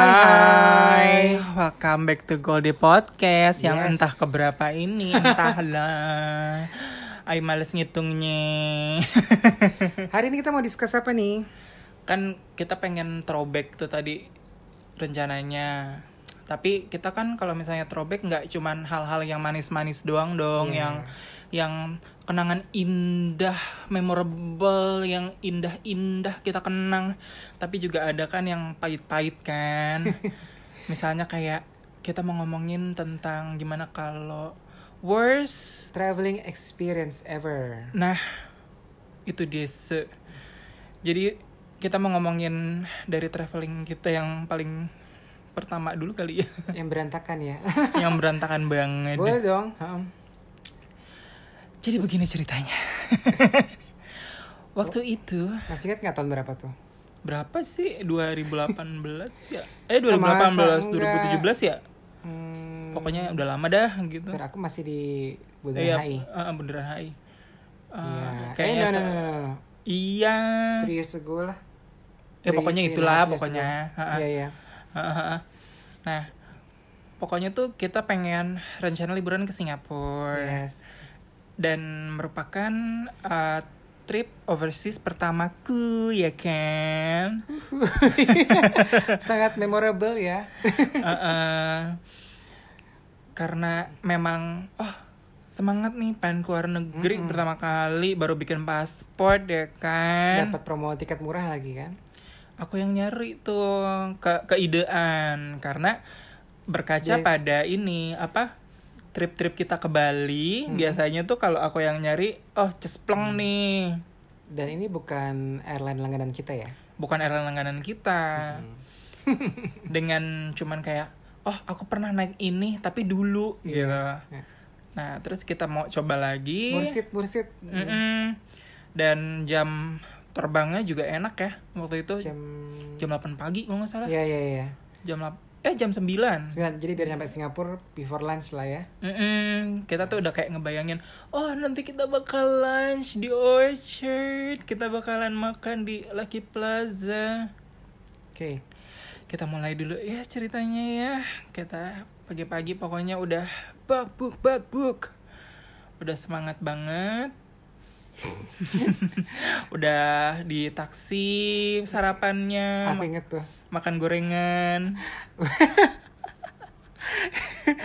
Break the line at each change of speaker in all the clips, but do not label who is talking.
Hai. Welcome back to Goldie Podcast yang
Yes.
entah keberapa ini, entahlah. Ay males ngitungnya.
Hari ini kita mau discuss apa nih?
kan kita pengen throwback tuh tadi rencananya. Tapi kita kan kalau misalnya throwback nggak cuman hal-hal yang manis-manis doang dong, yang yang kenangan indah, memorable, yang indah-indah kita kenang. Tapi juga ada kan yang pahit-pahit kan. misalnya kayak kita mau ngomongin tentang gimana kalau worst
Traveling experience ever.
Nah, itu dia se. Jadi kita mau ngomongin dari traveling kita yang paling pertama dulu kali ya,
Yang berantakan ya.
yang berantakan banget.
Boleh dong. Heem.
Jadi begini ceritanya. Waktu itu
Masih ingat nggak tahun berapa tuh?
berapa sih 2018 ya? Eh
Masa
2018,
enggak?
2017 ya?
Hmm,
Pokoknya udah lama dah gitu.
bentar, aku masih di Bundaran
Iya,
HI.
eh, beneran HI. Eh,
Iya. Eh,
kayaknya
no, no,
se-
no, no, no.
Iya.
Three years ago
Ya
lah. Three-
pokoknya
three and a
itulah
half years
pokoknya.
ago.
Ha-ha.
Iya, iya.
Hahaha. nah, pokoknya tuh kita pengen rencana liburan ke Singapura
Yes.
dan merupakan uh, trip overseas pertamaku ya kan.
Sangat memorable ya.
Heeh. karena memang oh semangat nih pengen keluar negeri pertama kali baru bikin paspor ya kan.
Dapat promo tiket murah lagi kan?
Aku yang nyari tuh ke keidean karena berkaca
Yes.
pada ini apa trip-trip kita ke Bali biasanya tuh kalau aku yang nyari oh cespleng nih
Dan ini bukan airline langganan kita ya.
bukan airline langganan kita dengan cuman kayak oh aku pernah naik ini tapi dulu gitu
Nah,
nah terus kita mau coba lagi
Mursid, mursid.
Hmm. Mm-mm. dan jam terbangnya juga enak ya waktu itu jam,
Jam
8 pagi kalau nggak salah
Iya, iya, iya.
jam 8 eh jam 9
Sembilan. Jadi biar nyampe Singapura before lunch lah ya.
Mm-mm, kita tuh udah kayak ngebayangin, oh nanti kita bakal lunch di Orchard, kita bakalan makan di Lucky Plaza.
Oke.
Kita mulai dulu ya ceritanya ya. Kita pagi-pagi pokoknya udah bakbuk bakbuk. Udah semangat banget. udah di taksi sarapannya,
Aku inget tuh.
makan gorengan.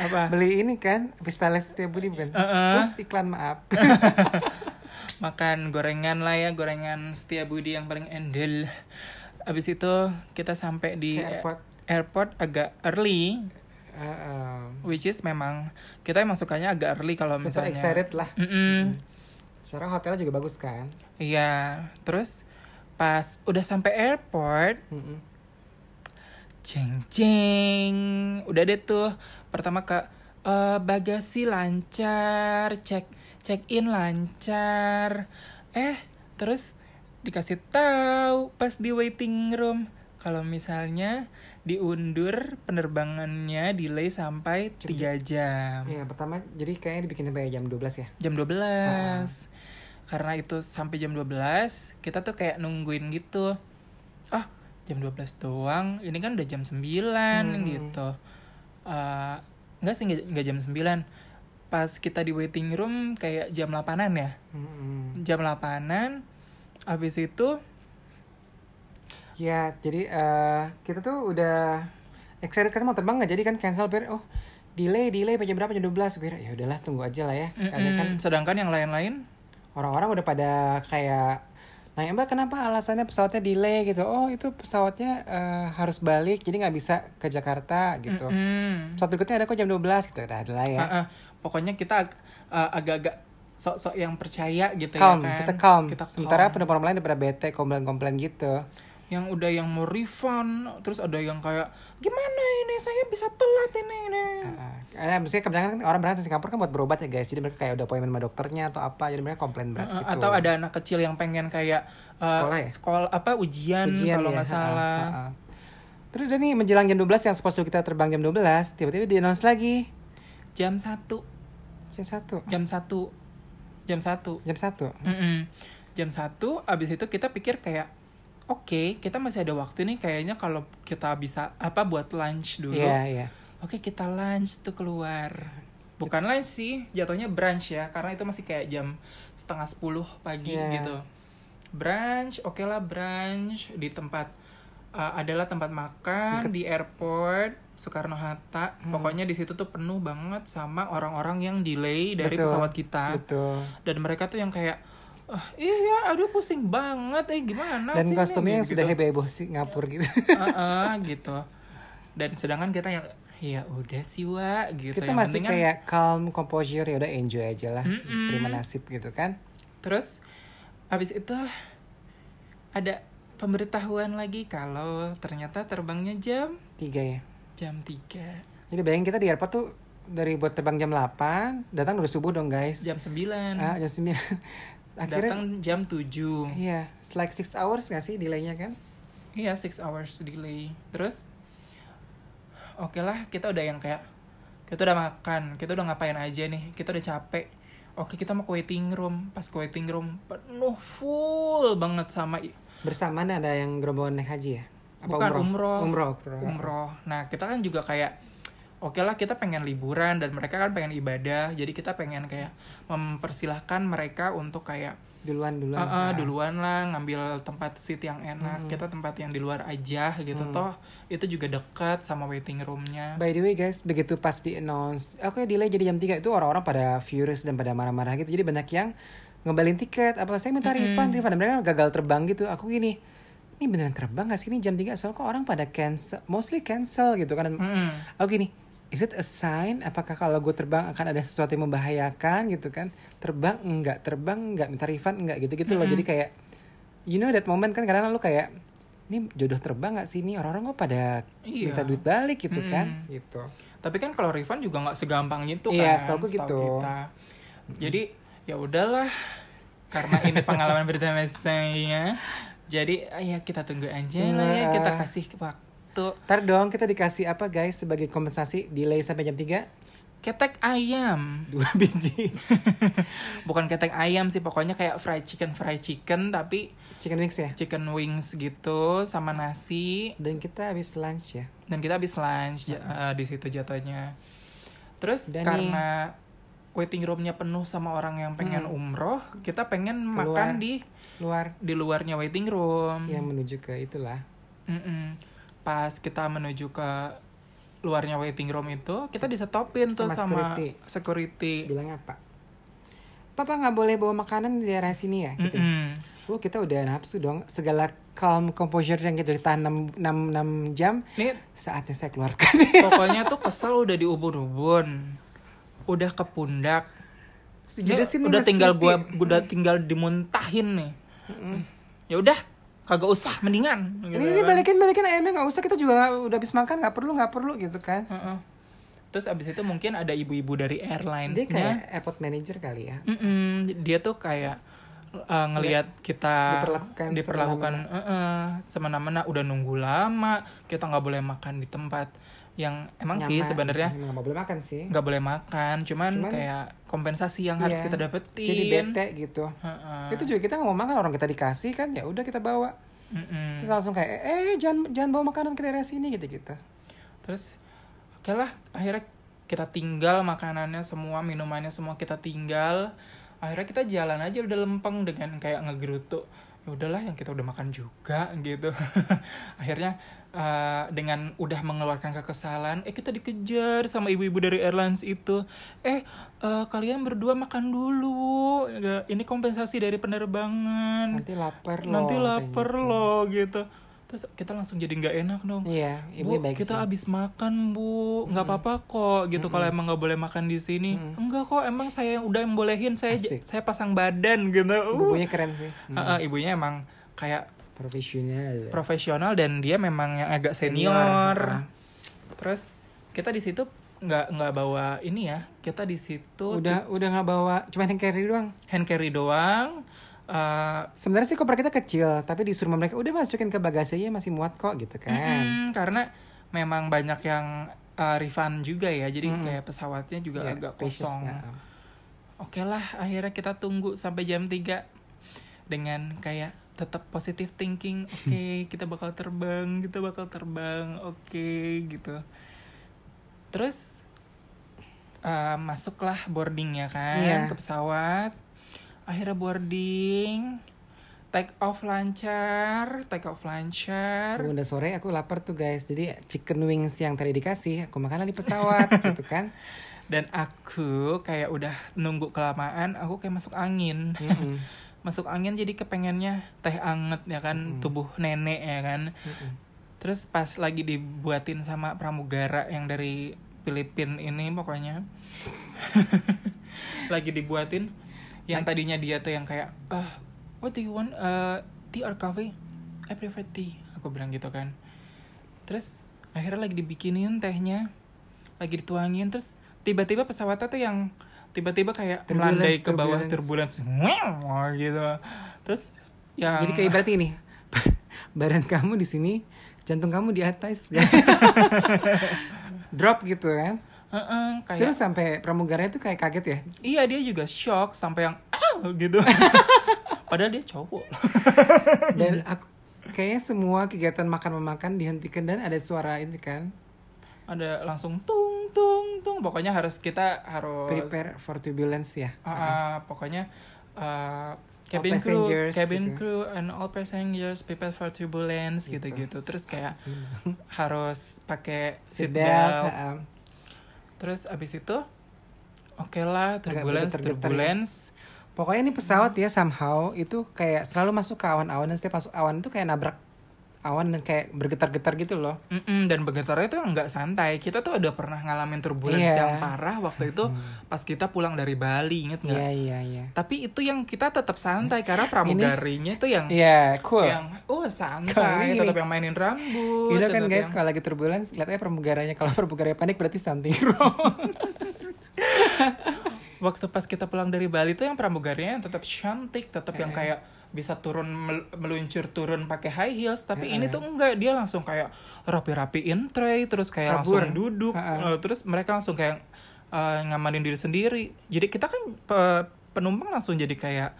Apa?
Beli ini kan, Pistales setiap budi bukan?
Uh-uh.
Ups, iklan maaf.
makan gorengan lah ya gorengan Setiabudi yang paling endel abis itu kita sampai di
Ke airport.
airport agak early
Uh, um,
which is memang kita emang sukanya agak early kalau
super
misalnya
excited lah.
Mm-mm.
Sekarang hotelnya juga bagus kan?
iya terus pas udah sampai airport
Mm-mm.
jeng jeng udah deh tuh pertama ke eh, bagasi lancar cek check in lancar eh terus dikasih tahu pas di waiting room kalau misalnya diundur penerbangannya delay sampai 3 jam
Iya, pertama jadi kayaknya dibikin sampai jam 12 ya.
jam 12 karena itu sampai jam 12 kita tuh kayak nungguin gitu ah jam 12 doang ini kan udah jam 9
Hmm.
gitu Eh, enggak sih enggak, enggak jam 9 pas kita di waiting room kayak jam 8an ya
Mm-mm.
jam 8an habis itu
Ya, jadi eh, kita tuh udah excited kan mau terbang nggak jadi kan cancel biar oh delay delay sampai jam berapa jam 12 biar ya udahlah tunggu aja lah ya. Karena kan
mm-mm, sedangkan yang lain-lain
orang-orang udah pada kayak nanya mbak kenapa alasannya pesawatnya delay gitu oh itu pesawatnya eh, harus balik jadi nggak bisa ke Jakarta gitu
mm,
pesawat berikutnya ada kok jam 12 gitu udah ada lah ya
ah, ah. pokoknya kita ag- eh, agak-agak sok-sok yang percaya gitu ya
calm
kan
kita calm
kita
sementara penumpang lain udah pada bete komplain-komplain gitu
yang udah yang mau refund terus ada yang kayak gimana ini saya bisa telat ini ini
Nah, eh, maksudnya kebanyakan kan orang berangkat ke Singapura kan buat berobat ya guys jadi mereka kayak udah appointment sama dokternya atau apa jadi mereka komplain berat
Eh,
gitu
atau ada anak kecil yang pengen kayak eh,
Sekolah ya?
sekolah apa ujian,
Ujian
kalau
ya,
nggak
ha-ha,
salah
ha-ha. terus udah nih menjelang jam 12 yang supposed to kita terbang jam 12 tiba-tiba di announce lagi
jam satu
jam 1
jam satu jam satu
jam 1
Mm-mm. jam satu abis itu kita pikir kayak oke kita masih ada waktu nih kayaknya kalau kita bisa apa buat lunch dulu
Iya, iya.
Oke kita lunch tuh keluar Bukan lunch sih jatuhnya brunch ya Karena itu masih kayak jam setengah sepuluh pagi
Iya.
gitu Brunch oke lah brunch Di tempat eh, adalah tempat makan di airport Soekarno Hatta
Hmm.
Pokoknya di situ tuh penuh banget sama orang-orang yang delay dari
Betul,
pesawat kita
Betul.
Dan mereka tuh yang kayak "Ah, iya, aduh pusing banget, eh gimana
Dan
sih nih?"
kostumnya yang
Gitu.
sudah heboh-heboh Singapura gitu.
Heeh, gitu dan sedangkan kita yang ya udah sih wa gitu
Kita
Yang
masih
penting kan-
kayak calm, composure, ya udah enjoy aja lah. Terima nasib gitu kan.
terus abis itu ada pemberitahuan lagi kalau ternyata terbangnya jam
Tiga ya.
jam 3
Jadi bayangin kita di airport tuh dari buat terbang jam 8, datang udah subuh dong guys.
jam 9
Ah, jam 9. Akhirnya
datang jam 7
Iya, it's like 6 hours gak sih delaynya kan?
iya 6 hours delay terus oke lah kita udah yang kayak kita udah makan kita udah ngapain aja nih kita udah capek oke kita mau ke waiting room pas ke waiting room penuh full banget sama i-
Bersamaan ada yang gerombongan naik haji ya?
Bukan, umroh.
Umroh.
umroh. Nah, kita kan juga kayak oke lah kita pengen liburan dan mereka kan pengen ibadah. Jadi kita pengen kayak mempersilahkan mereka untuk kayak
Duluan duluan.
"Eh, eh, duluan lah ngambil tempat seat yang enak. Kita tempat yang di luar aja gitu toh. Itu juga dekat sama waiting roomnya.
By the way guys, begitu pas di announce, oke delay jadi jam 3 itu orang-orang pada furious dan pada marah-marah gitu. Jadi banyak yang ngebalin tiket, apa saya minta refund, refund. Dan Mereka gagal terbang gitu. Aku gini, ini beneran terbang gak sih ini jam 3? Soalnya kok orang pada cancel, mostly cancel gitu kan. Dan
Mm-mm.
Aku gini, is it a sign? Apakah kalau gue terbang akan ada sesuatu yang membahayakan gitu kan? Terbang enggak, terbang enggak, minta refund enggak gitu-gitu loh. Jadi kayak, you know that moment kan kadang lu kayak, ini jodoh terbang gak sih ini orang-orang kok pada
Iya.
minta duit balik gitu kan?
Mm-mm.
Gitu.
Tapi kan kalau refund juga nggak segampang itu kan.
Iya, setahu aku
setahu
gitu.
kita. Jadi ya udahlah. Karena ini pengalaman pertama saya. Jadi ya kita tunggu aja lah ya kita
Iya.
kasih waktu.
Ntar dong kita dikasih apa guys sebagai kompensasi delay sampai jam 3?
Ketek ayam.
Dua biji
Bukan ketek ayam sih, pokoknya kayak fried chicken fried chicken tapi
chicken wings ya?
chicken wings gitu sama nasi
Dan kita habis lunch ya?
dan kita habis lunch ja- eh, di situ jatuhnya. Terus
Udah nih.
karena waiting roomnya penuh sama orang yang pengen umroh, kita pengen makan
Hmm. Keluar. Iya.
di
Luar
di luarnya waiting room.
yang menuju ke itulah.
Mm-mm. Pas kita menuju ke luarnya waiting room itu, kita disetopin tuh
Sama
sama security.
Bilang apa? Papa nggak boleh bawa makanan di daerah sini ya? Gitu.
Mm-mm.
Wah kita udah nafsu dong segala calm composure yang kita tahan 6, 6, 6 jam
Ini
saatnya saya keluarkan
pokoknya tuh kesel udah di ubun-ubun. Udah ke pundak. Ini
Sejujurnya sih ini
udah
Mas
tinggal
Titi.
gua udah tinggal dimuntahin nih. Ya udah, kagak usah mendingan. Gitu.
ini, ini balikin balikin ayamnya nggak usah kita juga nggak- udah habis makan nggak perlu nggak perlu gitu kan
Heeh. Terus abis itu mungkin ada ibu-ibu dari
dia
airlines-nya.
kayak airport manager kali ya
Mm-mm, dia tuh kayak uh, ngelihat kita
Diperlakukan
diperlakukan eh-eh, semena-mena udah nunggu lama kita nggak boleh makan di tempat yang emang sih
Nyaman.
sebenarnya
Emang nggak boleh makan sih
nggak boleh makan cuman,
Cuman-
kayak kompensasi yang harus
Iya.
kita dapetin
jadi bete gitu
Heeh.
itu juga kita nggak mau makan orang kita dikasih kan ya udah kita bawa
Mm-mm.
terus langsung kayak eh eh, jangan jangan bawa makanan ke daerah sini gitu gitu
terus oke lah akhirnya kita tinggal makanannya semua minumannya semua kita tinggal akhirnya kita jalan aja udah lempeng dengan kayak ngegerutu ya udahlah yang kita udah makan juga gitu akhirnya eh, dengan udah mengeluarkan kekesalan eh kita dikejar sama ibu-ibu dari airlines itu eh eh, kalian berdua makan dulu Eh, ini kompensasi dari penerbangan
nanti lapar loh
Hmm. nanti
kayak
lapar
gitu.
loh gitu terus kita langsung jadi nggak enak dong
iya
Bu,
ibu baik
kita
sih. Hmm.
habis makan bu, nggak apa-apa kok gitu. Kalau emang nggak boleh makan di sini, enggak kok. Emang saya udah yang bolehin saya j-
Asik.
saya pasang badan gitu. Uh.
ibunya keren sih
Ah, ah, ibunya emang kayak
profesional
profesional dan dia memang yang agak senior.
Iya. Senior, Hmm.
Terus kita di situ nggak nggak bawa ini ya. Kita di situ
udah udah nggak bawa cuma yang carry doang
hand carry doang. Eh,
sebenarnya sih koper kita kecil tapi disuruh sama mereka udah masukin ke bagasinya masih muat kok gitu
Mm,
kan
karena memang banyak yang eh, refund juga ya. Jadi kayak pesawatnya juga
Ya,
agak
spacious,
kosong.
nah.
Oke lah, akhirnya kita tunggu sampai jam 3 dengan kayak tetap positive thinking oke kita bakal terbang kita bakal terbang oke gitu terus eh, masuklah boardingnya kan
Iya.
ke pesawat akhirnya boarding take off lancar take off lancar
Udah sore aku lapar tuh guys. Jadi chicken wings yang tadi dikasih aku makan di pesawat gitu kan.
dan aku kayak udah nunggu kelamaan aku kayak masuk angin
Mm-mm.
masuk angin jadi kepengennya teh anget ya kan tubuh nenek ya kan
Mm-mm.
terus pas lagi dibuatin sama pramugara yang dari Filipin ini pokoknya lagi dibuatin yang tadinya dia tuh yang kayak ah what do you want uh, tea or coffee I prefer tea aku bilang gitu kan terus akhirnya lagi dibikinin tehnya lagi dituangin terus tiba-tiba pesawatnya tuh yang tiba-tiba kayak
Turbulence,
melandai ke bawah
turbulence.
turbulence Wah, gitu terus ya, yang
Jadi kayak berarti ini badan kamu di sini, jantung kamu di atas. Drop gitu kan.
Heeh, kayak
Terus sampai pramugarnya tuh kayak kaget ya.
Iya dia juga shock sampai yang ah gitu. Padahal dia cowok.
Dan aku kayaknya semua kegiatan makan memakan dihentikan dan ada suara itu kan.
Ada langsung tung tung tung. Pokoknya harus kita harus
Prepare for turbulence ya.
Ah, ah, pokoknya ah,
All
cabin crew,
passengers,
cabin
gitu.
crew and all passengers prepare for turbulence gitu-gitu. Terus kayak harus pakai seat
Seatbelt.
belt.
heeh.
Terus abis itu oke lah
Agak
turbulence
bergetar-getar ya.
turbulence.
Pokoknya ini pesawat ya somehow itu kayak selalu masuk ke awan-awan dan setiap masuk awan itu kayak nabrak awan dan kayak bergetar-getar gitu loh.
Mm-mm, dan bergetarnya itu nggak santai. Kita tuh udah pernah ngalamin turbulence
Iya. Hmm.
yang parah waktu itu pas kita pulang dari Bali, inget nggak?
Iya iya iya.
Tapi itu yang kita tetap santai karena pramugarinya tuh yang
Iya cool.
yang oh
Kalau ini
santai, tetap
nih.
yang mainin rambut.
Gila kan
tetap
guys
yang-
kalau lagi turbulence lihatnya pramugaranya kalau pramugaranya panik berarti something wrong.
Waktu pas kita pulang dari Bali tuh yang pramugarinya yang tetap cantik, tetap yang kayak bisa turun mel- meluncur turun pakai high heels tapi ini tuh enggak dia langsung kayak rapi-rapiin tray terus kayak
Kabur.
langsung duduk
Ha-ha.
Eh, terus mereka langsung kayak eh, ngamanin diri sendiri jadi kita kan pe- penumpang langsung jadi kayak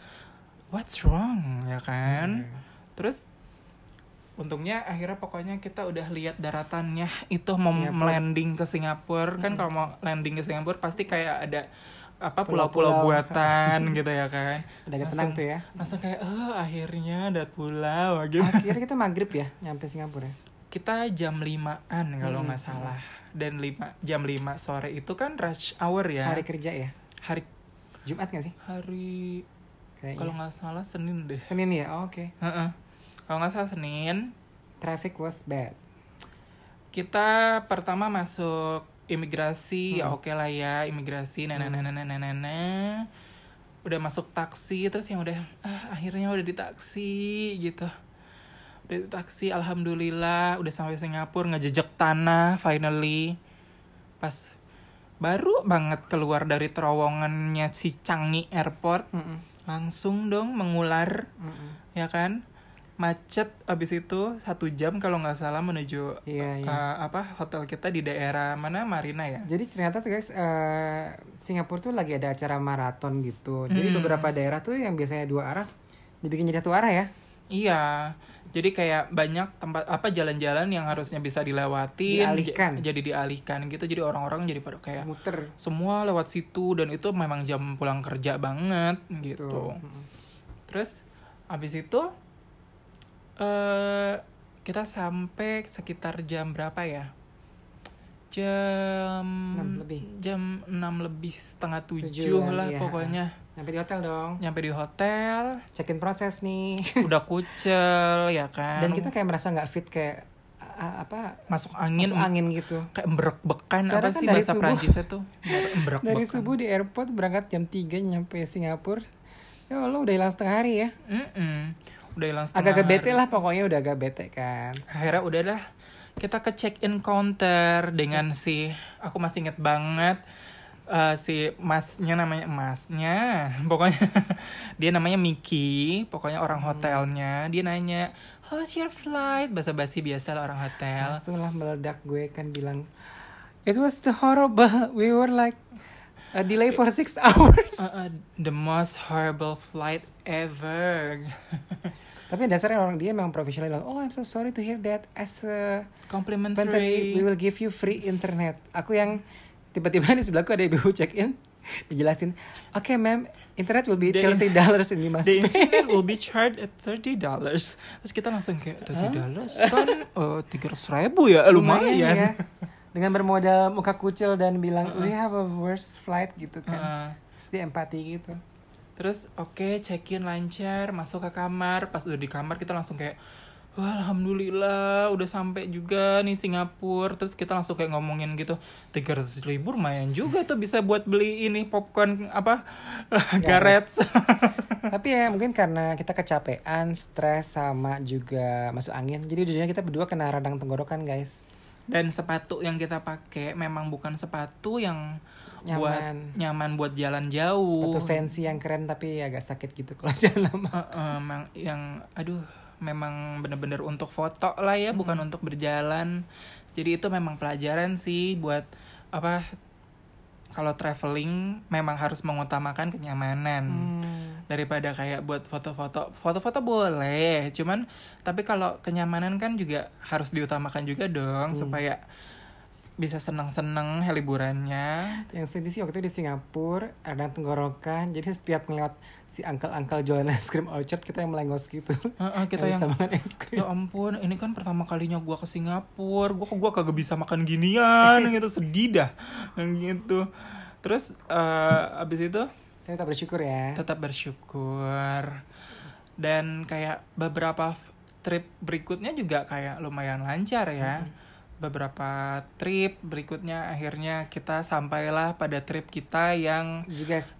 what's wrong ya kan terus untungnya akhirnya pokoknya kita udah lihat daratannya itu mau
Singapura.
landing ke Singapura kan kalau mau landing ke Singapura pasti kayak ada apa pulau-pulau
Pulau-pulau.
buatan gitu ya kan
Udah agak tenang
Langsung-
tuh ya.
langsung kayak oh akhirnya ada pulau gitu
Akhirnya kita maghrib ya nyampe Singapura.
kita jam 5-an kalau nggak salah dan lima jam 5 sore itu kan rush hour ya
Hari kerja ya.
hari
Jumat gak sih?
hari kalau
Kayaknya.
nggak salah Senin deh
Senin ya. Oh, Oke.
Heeh. kalau nggak salah Senin
Traffic was bad.
kita pertama masuk imigrasi ya oke lah ya imigrasi nah nah nah nah nah, nah, nah, nah. udah masuk taksi terus yang udah ah, akhirnya udah di taksi gitu udah di taksi alhamdulillah udah sampai Singapura ngejejek tanah finally pas baru banget keluar dari terowongannya si Changi Airport
Mm-mm.
langsung dong mengular
Mm-mm.
ya kan macet abis itu satu jam kalau nggak salah menuju
Iya iya.
eh, apa hotel kita di daerah mana Marina ya
Jadi ternyata tuh guys, eh, Singapura tuh lagi ada acara maraton gitu. Jadi beberapa daerah tuh yang biasanya dua arah dibikin jadi satu arah ya.
iya jadi kayak banyak tempat apa jalan-jalan yang harusnya bisa dilewati
Dialihkan.
jadi dialihkan gitu jadi orang-orang jadi pada kayak
Muter.
semua lewat situ dan itu memang jam pulang kerja banget gitu terus abis itu eh kita sampai sekitar jam berapa ya jam
Enam lebih.
jam 6 lebih setengah tujuh
Tujuan,
lah
iya.
pokoknya
Nyampe di hotel dong.
nyampe di hotel
Check-in proses nih.
udah kucel ya kan
Dan kita kayak merasa nggak fit kayak a- a- apa
masuk angin
masuk angin gitu.
kayak berek-bekan
Secara
apa
kan
sih
dari
bahasa
subuh.
Prancisnya tuh berek
Dari subuh di airport berangkat jam 3 nyampe Singapura. Ya Allah udah hilang setengah hari ya.
udah hilang setengah
Agak-agak
hari.
bete lah pokoknya udah agak bete kan.
akhirnya udahlah kita ke check in counter dengan si aku masih inget banget eh, si masnya namanya masnya pokoknya dia namanya Miki pokoknya orang
Hmm.
hotelnya dia nanya how's your flight bahasa basi biasa lah orang hotel
Langsung lah meledak gue kan bilang It was the horrible. We were like Uh, delay for six hours.
Uh, uh, the most horrible flight ever.
Tapi dasarnya orang dia memang profesional. bilang, Oh, I'm so sorry to hear that. As a Bentar, Kan we
Complimentary.
we will give you free internet. Aku yang tiba-tiba di sebelahku ada ibu check in, dijelasin, oke ma'am, internet will be
They-
thirty dollars in lima
The
space.
internet will be charged at thirty dollars. Terus kita langsung kayak thirty dollars kan tiga ribu ya lumayan.
ya. Dengan bermodal muka kucil dan bilang,
Uh,
we have a worse flight gitu kan.
Heeh.
Terus dia empati gitu.
Uh, Terus oke check-in lancar, masuk ke kamar. Pas udah di kamar kita langsung kayak Wah, alhamdulillah udah sampai juga nih Singapura. Terus kita langsung kayak ngomongin gitu, 300 ribu lumayan juga tuh bisa buat beli ini popcorn apa?
Ya,
Garets.
Tapi ya mungkin karena kita kecapean, stres sama juga masuk angin. Jadi ujungnya kita berdua kena radang tenggorokan guys.
Dan sepatu yang kita pakai memang bukan sepatu yang buat
Nyaman.
nyaman buat jalan jauh.
Sepatu fancy yang keren tapi agak sakit gitu kalau jalan lama.
Eh, eh, emang- yang aduh memang bener-bener untuk foto lah ya bukan
Hmm.
untuk berjalan jadi itu memang pelajaran sih buat apa kalau traveling memang harus mengutamakan kenyamanan
Hmm.
daripada kayak buat foto-foto foto-foto boleh cuman tapi kalau kenyamanan kan juga harus diutamakan juga dong supaya bisa seneng-seneng liburannya
Yang sedih sih waktu itu di Singapura ada tenggorokan. Jadi setiap ngeliat si angkel-angkel jualan es krim Orchard kita yang melengos gitu.
Eh, eh, kita
Nggak
yang
bisa makan es krim.
Ya ampun, ini kan pertama kalinya gua ke Singapura. Gua gua kagak bisa makan ginian gitu, sedih dah. Yang gitu. Terus eh, abis itu
Tapi kita bersyukur ya.
tetap bersyukur. Dan kayak beberapa f- trip berikutnya juga kayak lumayan lancar ya. Beberapa trip berikutnya akhirnya kita sampailah pada trip kita yang
Juga s-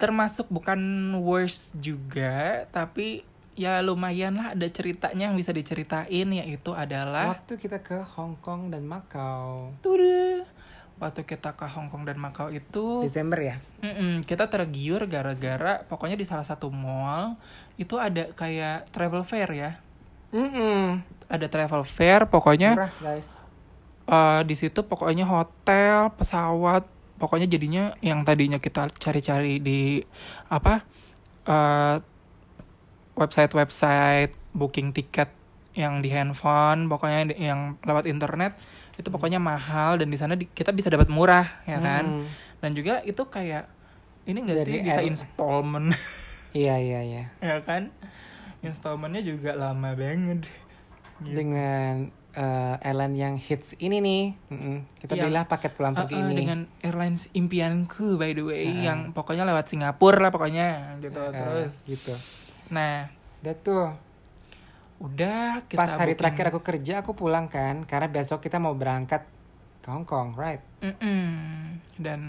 termasuk bukan worst juga tapi ya lumayan lah ada ceritanya yang bisa diceritain yaitu adalah
waktu kita ke Hong Kong dan Makau.
Tuduh. waktu kita ke Hong Kong dan Makau itu
Desember ya.
mm-mm, kita tergiur gara-gara pokoknya di salah satu mall itu ada kayak travel fair ya
Mm-mm.
ada travel fair pokoknya
Murah guys.
eh di situ pokoknya hotel, pesawat, pokoknya jadinya yang tadinya kita cari-cari di apa eh, website-website booking tiket yang di handphone, pokoknya di- yang lewat internet itu pokoknya mahal dan di sana di- kita bisa dapat murah ya kan.
Mm.
Dan juga itu kayak ini enggak sih
Jadi
bisa
air-
installment
Iya iya iya.
ya kan? Installmentnya juga lama banget. Gitu.
Dengan eh, airline yang hits ini nih. Mm-mm. Kita
Iya.
belilah paket pulang
Uh,
pergi
uh,
ini.
dengan airlines impianku by the way
Uh-uh.
yang pokoknya lewat Singapura lah pokoknya gitu
Eh,
terus
gitu.
nah
Udah tuh.
udah kita
Pas hari
booking.
terakhir aku kerja aku pulang kan karena besok kita mau berangkat ke Hong Kong, right?
Mm-mm. dan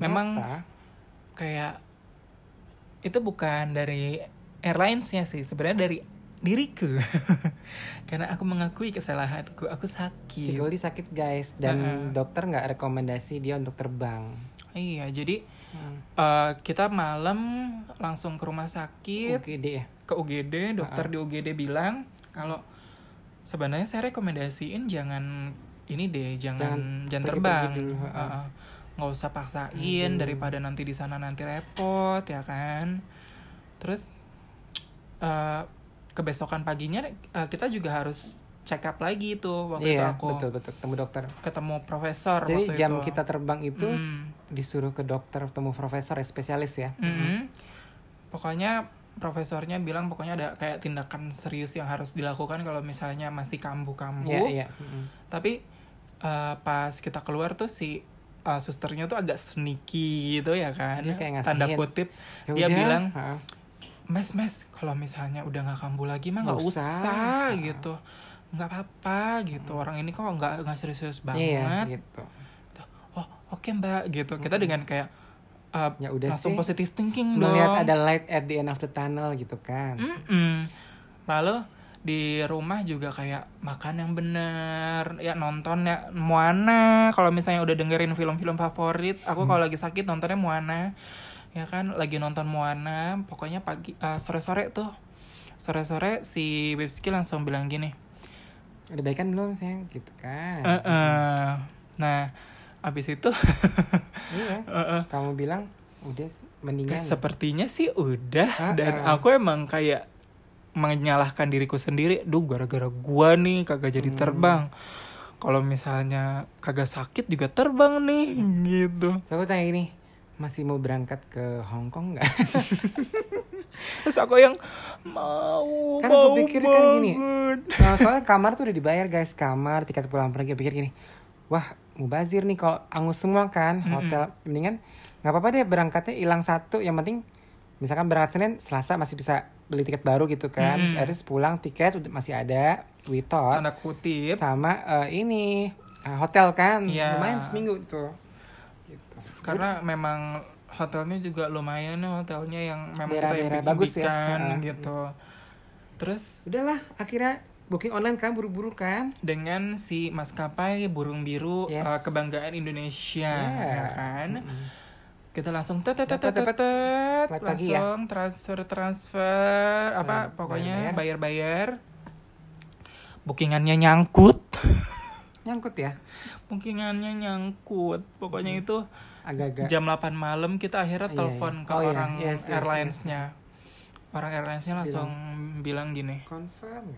Memang- kayak itu bukan dari airlinesnya sih sebenarnya dari diriku karena aku mengakui kesalahanku aku
si
sakit
Goldie sakit guys dan
Heeh.
dokter nggak rekomendasi dia untuk terbang.
iya jadi
Hmm.
uh, kita malam langsung ke rumah sakit
UGD ya.
ke UGD,
Ah.
dokter di UGD bilang kalau sebenarnya saya rekomendasiin jangan ini deh, jangan jangan,
pergi-pergi
terbang.
dulu, ah. ha.
Heeh. nggak usah paksain daripada nanti di sana nanti repot ya kan. Terus eh, kebesokan paginya eh, kita juga harus check up lagi tuh waktu itu
Iya,
aku
betul betul ketemu dokter.
ketemu profesor
Jadi
waktu
jam
itu.
kita terbang itu
Mm.
disuruh ke dokter ketemu profesor ya, spesialis ya.
Mm-mm. Pokoknya profesornya bilang pokoknya ada kayak tindakan serius yang harus dilakukan kalau misalnya masih kambuh-kambuh.
Iya, iya. Mm.
Tapi eh, pas kita keluar tuh si eh, susternya tuh agak sneaky gitu ya kan.
Dia Iya, kayak
Tanda
ngasihin.
kutip
Ya
dia
udah,
bilang,
heeh.
"Mas, Mas, kalau misalnya udah nggak kambuh lagi mah nggak
Nggak
usah,
usah." Ah. Mm.
gitu." nggak apa-apa gitu orang ini kok nggak nggak serius banget
Iya, gitu.
oh oke mbak gitu kita dengan kayak eh,
Ya udah
langsung
sih.
positive thinking dong Hmm.
Melihat ada light at the end of the tunnel gitu kan.
Mm-mm. Lalu di rumah juga kayak makan yang bener, ya nonton ya Moana. Kalau misalnya udah dengerin film-film favorit, aku kalau lagi sakit nontonnya Moana. Ya kan, lagi nonton Moana, pokoknya pagi eh, sore-sore tuh. Sore-sore si Bebski langsung bilang gini,
Udah baikan belum sayang gitu kan.
"Eh, eh." Nah, abis itu eh,
Iya.
Heeh.
Kamu bilang udah s- mendingan.
Kayak sepertinya sih udah
Ah,
dan
ah.
aku emang kayak menyalahkan diriku sendiri. Duh gara-gara gua nih kagak
Hmm.
jadi terbang. Kalau misalnya kagak sakit juga terbang nih
Hmm.
gitu.
Terus aku tanya gini, masih mau berangkat ke Hong Kong nggak?
Terus aku yang mau
Kan aku
mau
pikir kan gini.
banget.
Nah, soalnya kamar tuh udah dibayar guys, kamar tiket pulang pergi pikir gini, wah mubazir nih kalau angus semua kan hotel mendingan nggak apa-apa deh berangkatnya hilang satu yang penting misalkan berangkat Senin Selasa masih bisa beli tiket baru gitu kan harus pulang tiket udah- masih ada witot
Tanda kutip.
sama eh, ini eh, hotel kan
Iya.
lumayan seminggu tuh gitu.
karena memang hotelnya juga lumayan ya, hotelnya yang memang kita
Daerah-daerah
impi-
bagus ya.
impikan,
Heeh.
gitu terus
udahlah akhirnya booking online kan buru-buru kan
dengan si maskapai burung biru
Yes.
eh, kebanggaan Indonesia
Yeah.
ya kan kita langsung tet tet tet
Dapat,
tet
dapat.
tet,
Flight pagi ya. Nah,
langsung transfer transfer apa
Bayar-
pokoknya bayar bayar bookingannya nyangkut
nyangkut ya
bookingannya nyangkut pokoknya itu
agak-agak
jam 8 malam kita akhirnya
Iya,
telepon
iya.
ke
Oh, iya.
orang
Yes, yes,
airlines-nya. Orang airlines-nya langsung bilang. gini,
confirm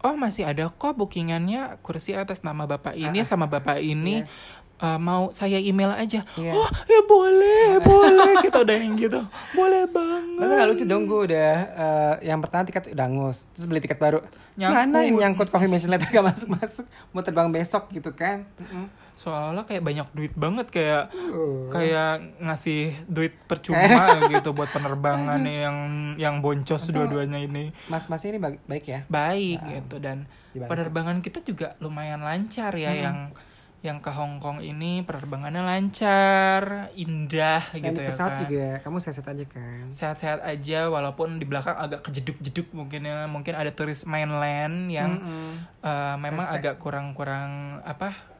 "Oh, masih ada kok bookingannya kursi atas nama Bapak ini sama Bapak ini.
Ah, Yes.
Eh, mau saya email aja."
Iya.
Oh, ya boleh, boleh. Kita udah yang gitu. Boleh banget.
Lalu gak lucu dong gue udah eh, yang pertama tiket udah angus terus beli tiket baru
Nyangkut.
mana yang nyangkut confirmation letter gak masuk masuk mau terbang besok gitu kan
Soalnya kayak banyak duit banget kayak
Uh.
kayak ngasih duit percuma
Eh.
gitu buat penerbangan yang yang boncos dua-duanya ini.
mas-masnya ini baik, baik ya
baik gitu dan
dibantu.
penerbangan kita juga lumayan lancar ya yang yang ke Hong Kong ini penerbangannya lancar indah
yang
gitu
di
ya
pesawat
kan
juga kamu sehat aja kan
sehat-sehat aja walaupun di belakang agak kejeduk-jeduk mungkin ya mungkin ada turis mainland yang
Mm-mm.
eh, memang
Resek.
agak kurang-kurang apa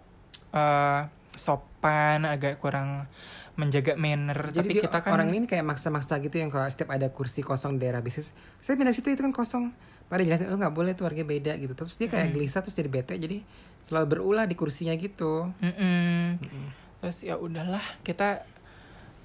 eh, sopan agak kurang menjaga manner
jadi
tapi
dia-
kita kan
orang ini kayak maksa-maksa gitu yang kalau setiap ada kursi kosong di daerah bisnis saya pindah situ itu kan kosong pada jelasin oh nggak boleh tuh harganya beda gitu terus dia kayak gelisah terus jadi bete jadi selalu berulah di kursinya gitu
Mm-mm. Terus ya udahlah kita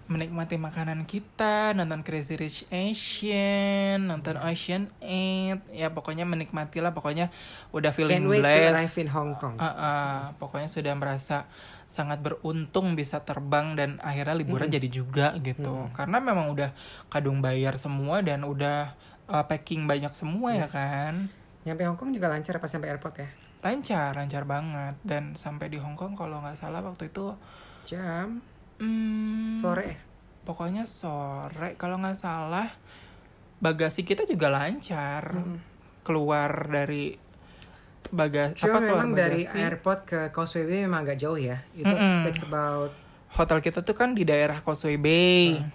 menikmati makanan kita, nonton Crazy Rich Asian, nonton
Mm.
Ocean 8, ya pokoknya menikmatilah pokoknya udah feeling
can't wait to arrive in
blessed.
Hong Kong
Ah, ah, pokoknya sudah merasa sangat beruntung bisa terbang dan akhirnya liburan jadi juga gitu. Karena memang udah kadung bayar semua dan udah uh, packing banyak semua ya kan.
nyampe Hong Kong juga lancar pas sampai airport ya
Lancar, lancar banget dan sampai di Hong Kong kalau nggak salah waktu itu
jam
Hmm,
sore ya?
Pokoknya sore kalau nggak salah bagasi kita juga lancar. Keluar dari bagas
Sure,
apa keluar
memang dari
bagasi.
airport ke Causeway Bay memang agak jauh ya. Itu
Mm-mm.
takes about
Hotel kita tuh kan di daerah Causeway Bay.
Hmm.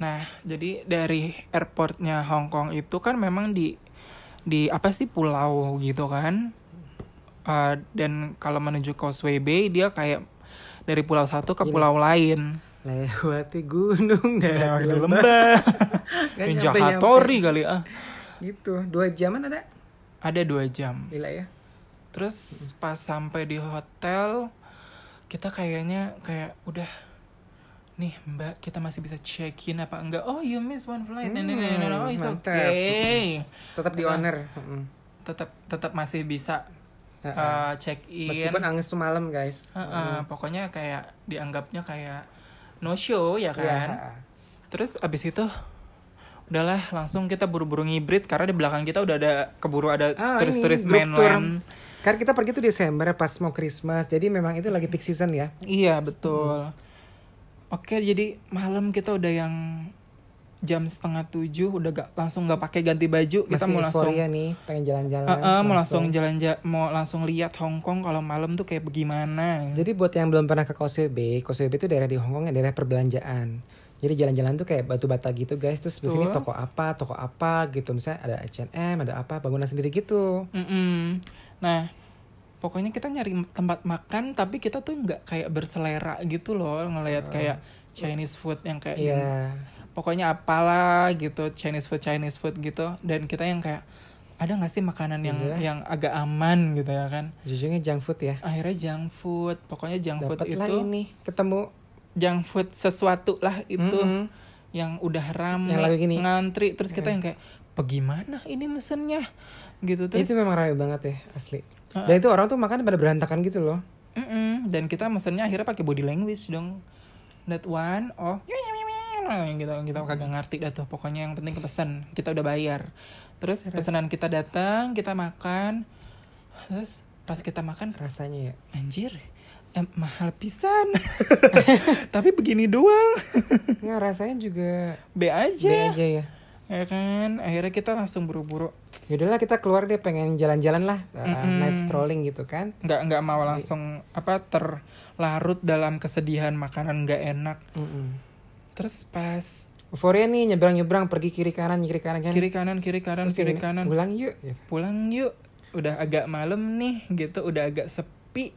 Nah, jadi dari airportnya Hong Kong itu kan memang di di apa sih pulau gitu kan. Eh, dan kalau menuju Causeway Bay dia kayak dari pulau satu ke pulau lain.
lewati gunung
Lewat di
dari lembah.
lembah.
Iya, Nggak
Ninja
nyampe-nyampe.
Hattori kali ah.
Gitu, dua jaman ada?
Ada dua jam.
Gila ya.
Terus pas sampai di hotel, kita kayaknya kayak udah nih mbak kita masih bisa check in apa enggak oh you miss one flight nah, no, no, no, no, no,
Hmm,
oh, it's
mantap.
okay
Tetap di honor. Mm-mm.
tetap tetap masih bisa
Nah,
uh, check in
Meskipun Hmm. angin semalam guys.
Uh, uh, pokoknya kayak dianggapnya kayak no show ya kan
Iya.
Terus abis itu udahlah langsung kita buru-buru ngibrit karena di belakang kita udah ada keburu ada
Ah,
turis-turis
ini grup tour.
mainland.
Kan kita pergi tuh Desember pas mau Christmas. Jadi memang itu lagi peak season ya.
Iya betul. Oke jadi malam kita udah yang jam setengah tujuh udah gak langsung nggak pakai ganti baju kita
Masih
mau langsung
euforia nih, pengen jalan-jalan.
Eh, eh, mau langsung jalan ja- mau langsung lihat Hong Kong kalau malam tuh kayak bagaimana
Jadi buat yang belum pernah ke Causeway Bay, Causeway Bay itu daerah di Hong Kong, daerah perbelanjaan. Jadi jalan-jalan tuh kayak batu bata gitu guys, terus di sini
Betul.
toko apa, toko apa gitu. Misalnya ada H&M, ada apa, bangunan sendiri gitu.
Mm-mm. Nah, pokoknya kita nyari tempat makan tapi kita tuh nggak kayak berselera gitu loh ngelihat kayak Chinese food yang kayak di-
Iya.
pokoknya apalah gitu Chinese food Chinese food gitu dan kita yang kayak ada nggak sih makanan yang
Iya.
yang agak aman gitu ya kan
Jujurnya junk food ya.
akhirnya junk food pokoknya junk food
Dapatlah
itu
ini ketemu
junk food sesuatu lah itu
Mm-mm.
yang udah rame
Yang lagu gini. Iya.
ngantri terus kita yang kayak bagaimana ini mesennya gitu terus
itu memang rame banget ya asli. Dan itu orang tuh makan pada berantakan gitu loh.
Mm-mm. dan kita mesennya akhirnya pakai body language dong that one oh gitu kita kagak ngerti dah tuh pokoknya yang penting pesan kita udah bayar terus pesanan kita datang kita makan terus pas kita makan
Rasanya ya.
anjir em, mahal pisan tapi begini doang
Nggak, rasanya juga
be
B
aja
aja ya.
ya kan akhirnya kita langsung buru-buru
Yaudahlah kita keluar deh pengen jalan-jalan lah uh, night strolling gitu kan.
nggak nggak mau langsung apa terlarut dalam kesedihan makanan nggak enak
Mm-mm.
terus pas
Euforia nih nyebrang-nyebrang pergi kiri kanan kiri kanan kan.
kiri kanan kiri kanan
Terus
kiri
ini,
kanan
Pulang yuk. gitu.
pulang yuk udah agak malam nih gitu udah agak sepi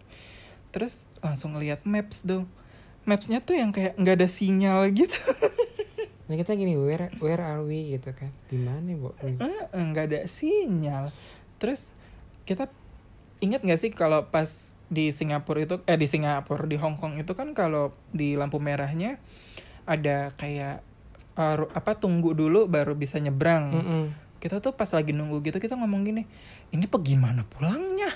terus langsung lihat maps dong mapsnya tuh yang kayak nggak ada sinyal gitu
Nah kita gini where where are we gitu kan. Di mana bu? Hmm.
Eh, nggak ada sinyal terus kita ingat nggak sih kalau pas di Singapura itu eh di Singapura di Hong Kong itu kan kalau di lampu merahnya ada kayak eh, ru- apa tunggu dulu baru bisa nyebrang
Mm-mm.
kita tuh pas lagi nunggu gitu kita ngomong gini ini gimana pulangnya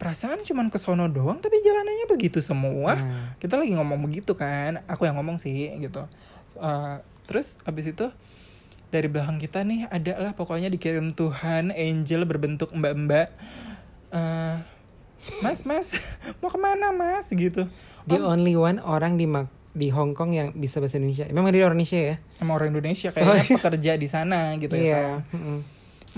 perasaan cuman ke sono doang tapi jalanannya begitu semua
Nah,
kita lagi ngomong begitu kan aku yang ngomong sih gitu Uh, terus abis itu dari belakang kita nih ada lah pokoknya dikirim Tuhan angel berbentuk mbak-mbak Uh, mas mas mau kemana mas gitu
the only one orang di Mak- di Hong Kong yang bisa bahasa Indonesia. Memang dia orang Indonesia ya?
sama orang Indonesia kayaknya pekerja di sana gitu ya Kak.
Iya. Mm-mm.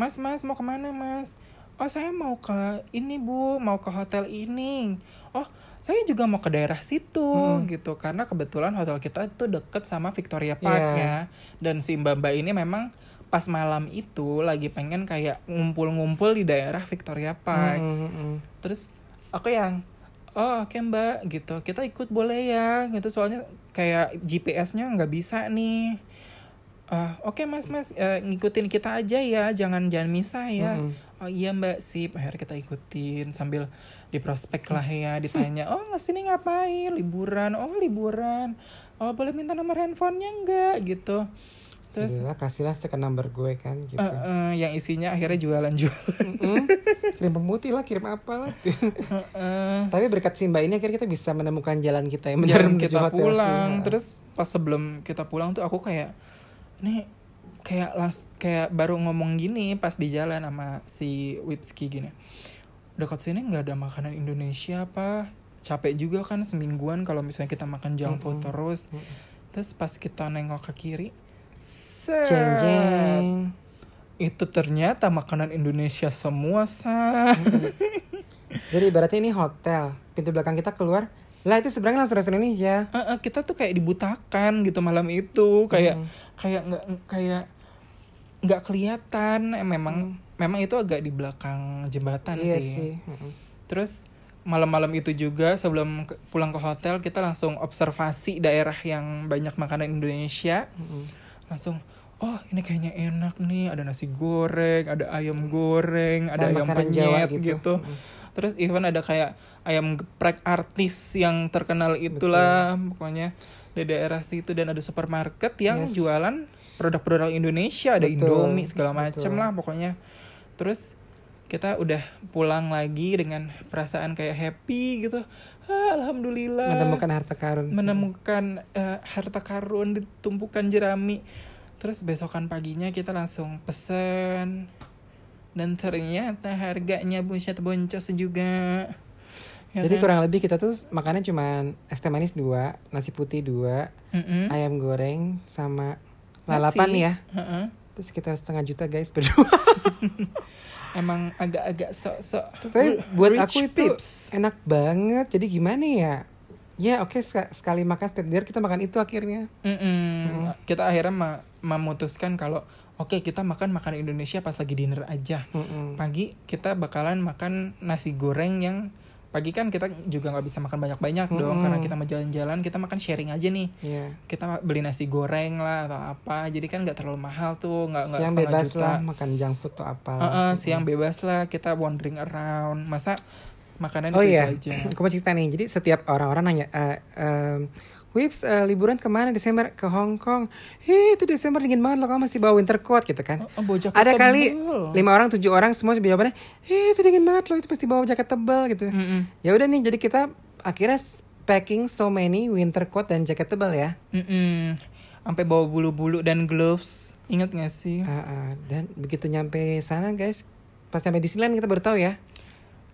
Mas, mas, mau kemana mas? Oh, saya mau ke ini bu, mau ke hotel ini. Oh, saya juga mau ke daerah situ gitu. Karena kebetulan hotel kita itu deket sama Victoria Park
Iya.
ya. Dan si mbak mbak ini memang pas malam itu lagi pengen kayak ngumpul-ngumpul di daerah Victoria Park.
Mm-mm.
Terus aku yang, oh oke mbak gitu. Kita ikut boleh ya gitu. Soalnya kayak GPS-nya nggak bisa nih. Ah, oke mas mas eh, ngikutin kita aja ya jangan jangan misah ya
Mm-mm.
oh iya mbak sip akhirnya kita ikutin sambil di prospek lah ya ditanya oh nggak sini ngapain liburan oh liburan oh boleh minta nomor handphonenya nggak gitu terus
Yaudahlah, kasihlah second number gue kan Iya, gitu.
eh, eh, yang isinya akhirnya jualan jualan
Mm-mm. kirim pemutih lah, kirim apalah.
Eh, eh.
Tapi berkat si Mbak ini akhirnya kita bisa menemukan jalan kita yang benar
Jalan
menuju
kita
hotel
pulang
Sina.
terus pas sebelum kita pulang tuh aku kayak nih kayak las kayak baru ngomong gini pas di jalan sama si Wipski gini dekat sini nggak ada makanan Indonesia apa capek juga kan semingguan kalau misalnya kita makan junk food terus terus pas kita nengok ke kiri set
Jeng jeng.
itu ternyata makanan Indonesia semua sa
Jadi ibaratnya ini hotel, pintu belakang kita keluar. Lah itu seberangnya langsung restoran Indonesia.
Eh, eh, kita tuh kayak dibutakan gitu malam itu kayak
Hmm.
kayak nggak kayak nggak kelihatan Eh, memang memang itu agak di belakang jembatan
Hmm. Iya
sih.
sih. Mm-mm.
terus malam-malam itu juga sebelum ke- pulang ke hotel kita langsung observasi daerah yang banyak makanan Indonesia
Mm-mm.
langsung oh ini kayaknya enak nih ada nasi goreng ada ayam goreng ada
Dan
ayam
Hmm. makanan Jawa
penyet
gitu.
gitu, terus even ada kayak ayam geprek artis yang terkenal itulah pokoknya di daerah situ dan ada supermarket yang
Yes.
jualan produk-produk Indonesia ada
Betul,
Indomie segala macem
betul.
lah pokoknya terus kita udah pulang lagi dengan perasaan kayak happy gitu "Ah, alhamdulillah
Menemukan harta karun.
menemukan eh, harta karun di tumpukan jerami. Terus besokan paginya kita langsung pesen. Dan ternyata harganya buset boncos juga. Ya
Jadi
kan?
kurang lebih kita tuh makannya cuman es teh manis dua, nasi putih dua,
Mm-mm.
ayam goreng sama
Hmm? Nasi.
lalapan ya.
Heeh.
Itu sekitar setengah juta guys berdua.
Emang agak-agak sok-sok.
Tapi buat
rich
aku itu
pips.
enak banget. Jadi gimana ya? Ya oke sek- sekali makan setiap dinner kita makan itu akhirnya.
Mm-mm. Kita akhirnya ma- memutuskan kalau oke kita makan makanan Indonesia pas lagi dinner aja.
Mm-mm.
Pagi kita bakalan makan nasi goreng yang pagi kan kita juga nggak bisa makan banyak-banyak dong
Mm-mm.
karena kita mau jalan-jalan kita makan sharing aja nih
Iya.
kita beli nasi goreng lah atau apa jadi kan nggak terlalu mahal tuh nggak nggak
Siang
setengah
bebas
juta
lah makan junk food atau apa.
Eh, eh, siang bebas lah kita wandering around masa makanan
Oh
itu
iya,
aja
aku mau cerita nih. Jadi setiap orang-orang nanya, eh em, Wips, eh, liburan kemana Desember? Ke Hong Kong. Hei, itu Desember dingin banget loh, kamu masih bawa winter coat gitu kan.
Oh, bojak tebel.
Ada kali lima orang, tujuh orang semua jawabannya, hei itu dingin banget loh, itu pasti bawa jaket tebal gitu.
Mm-mm.
Ya udah nih, jadi kita akhirnya packing so many winter coat dan jaket tebal ya.
Mm-mm. sampai bawa bulu-bulu dan gloves ingat gak sih
Ah, ah. dan begitu nyampe sana guys, pas nyampe Disneyland kita baru tahu ya.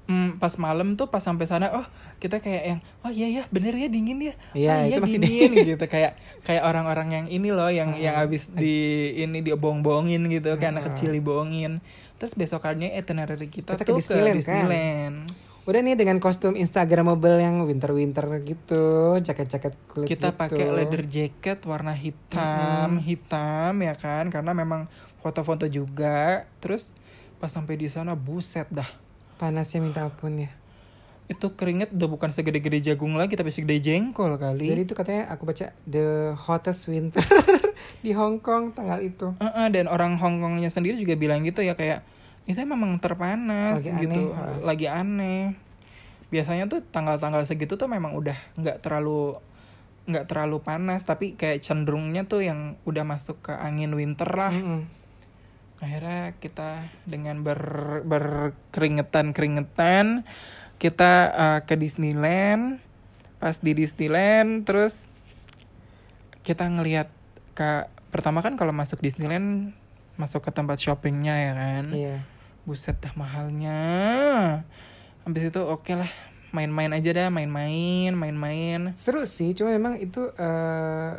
Mm, pas malam tuh pas sampai sana oh kita kayak yang oh iya ya bener ya dingin ya Oh,
Iya, itu masih Ah,
dingin gitu kayak kayak orang-orang yang ini loh yang yang abis di ini dia bohong-bohongin gitu kayak anak kecil dibohongin terus besokannya itinerary kita,
Kita
tuh ke
ke Disneyland,
Disneyland,
kan? Udah nih dengan kostum Instagramable yang winter-winter gitu, jaket-jaket kulit
kita
gitu.
pakai leather jacket warna hitam hitam ya kan karena memang foto-foto juga terus pas sampai di sana buset dah
Panasnya minta ampun ya.
itu keringet udah bukan segede-gede jagung lagi tapi segede jengkol kali
Jadi itu katanya aku baca the hottest winter di Hong Kong tanggal itu.
Heeh, dan orang Hongkongnya sendiri juga bilang gitu ya kayak itu memang terpanas
Lagi aneh,
gitu
heeh.
lagi aneh biasanya tuh tanggal-tanggal segitu tuh memang udah nggak terlalu nggak terlalu panas tapi kayak cenderungnya tuh yang udah masuk ke angin winter lah
Mm-mm.
akhirnya kita dengan ber berkeringetan keringetan kita eh, ke Disneyland pas di Disneyland terus kita ngelihat ke pertama kan kalau masuk Disneyland masuk ke tempat shoppingnya ya kan
Iya.
buset dah mahalnya habis itu oke lah main-main aja dah main-main main-main
Seru sih, cuma memang itu eh,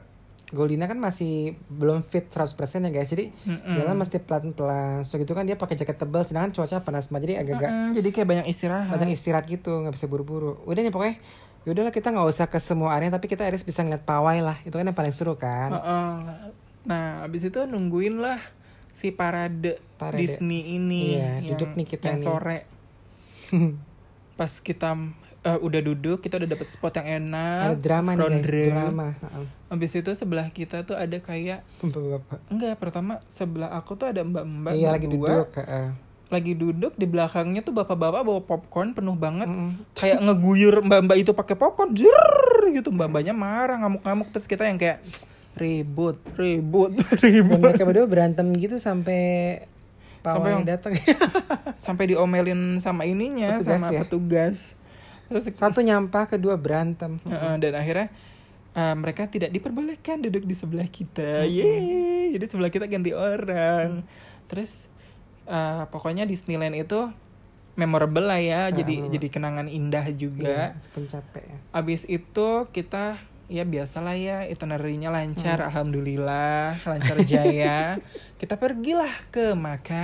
Golina kan masih belum fit 100% ya guys. Jadi
Mm-mm.
jalan mesti pelan-pelan. So gitu kan dia pakai jaket tebal sedangkan cuaca panas banget. Jadi agak-agak
Mm-mm, Mm, jadi kayak banyak istirahat
banyak istirahat gitu, nggak bisa buru-buru. Udah nih pokoknya Yaudahlah kita nggak usah ke semua area tapi kita harus bisa ngeliat pawai lah itu kan yang paling seru kan
Heeh. Nah, abis itu nungguin lah si parade,
Parade.
Disney ini.
Iya, duduk nih kita
yang
nih.
sore. Pas kita eh, udah duduk, kita udah dapet spot yang enak.
ada drama nih
Ah, front
guys
row.
drama Heeh.
Abis itu sebelah kita tuh ada kayak
Bapak-bapak.
enggak pertama sebelah aku tuh ada mbak-mbak
iya lagi
berdua.
duduk heeh.
lagi duduk di belakangnya tuh bapak-bapak bawa popcorn penuh banget
Mm-mm.
kayak ngeguyur mbak-mbak itu pakai popcorn jurr gitu mbak-mbaknya marah ngamuk-ngamuk terus kita yang kayak ribut ribut
Dan
ribut
mereka berdua berantem gitu sampai
Sampai
pawai
yang-
datang.
sampai diomelin sama ininya
Petugas
sama
ya?
petugas terus
Satu nyampah, kedua berantem.
Heeh, dan akhirnya eh, mereka tidak diperbolehkan duduk di sebelah kita Yeay, jadi sebelah kita ganti orang terus eh, pokoknya Disneyland itu memorable lah ya jadi jadi kenangan indah juga
Iya, Meskipun capek ya.
abis itu kita ya biasalah ya itinerary-nya lancar
Hmm.
alhamdulillah lancar jaya kita pergilah ke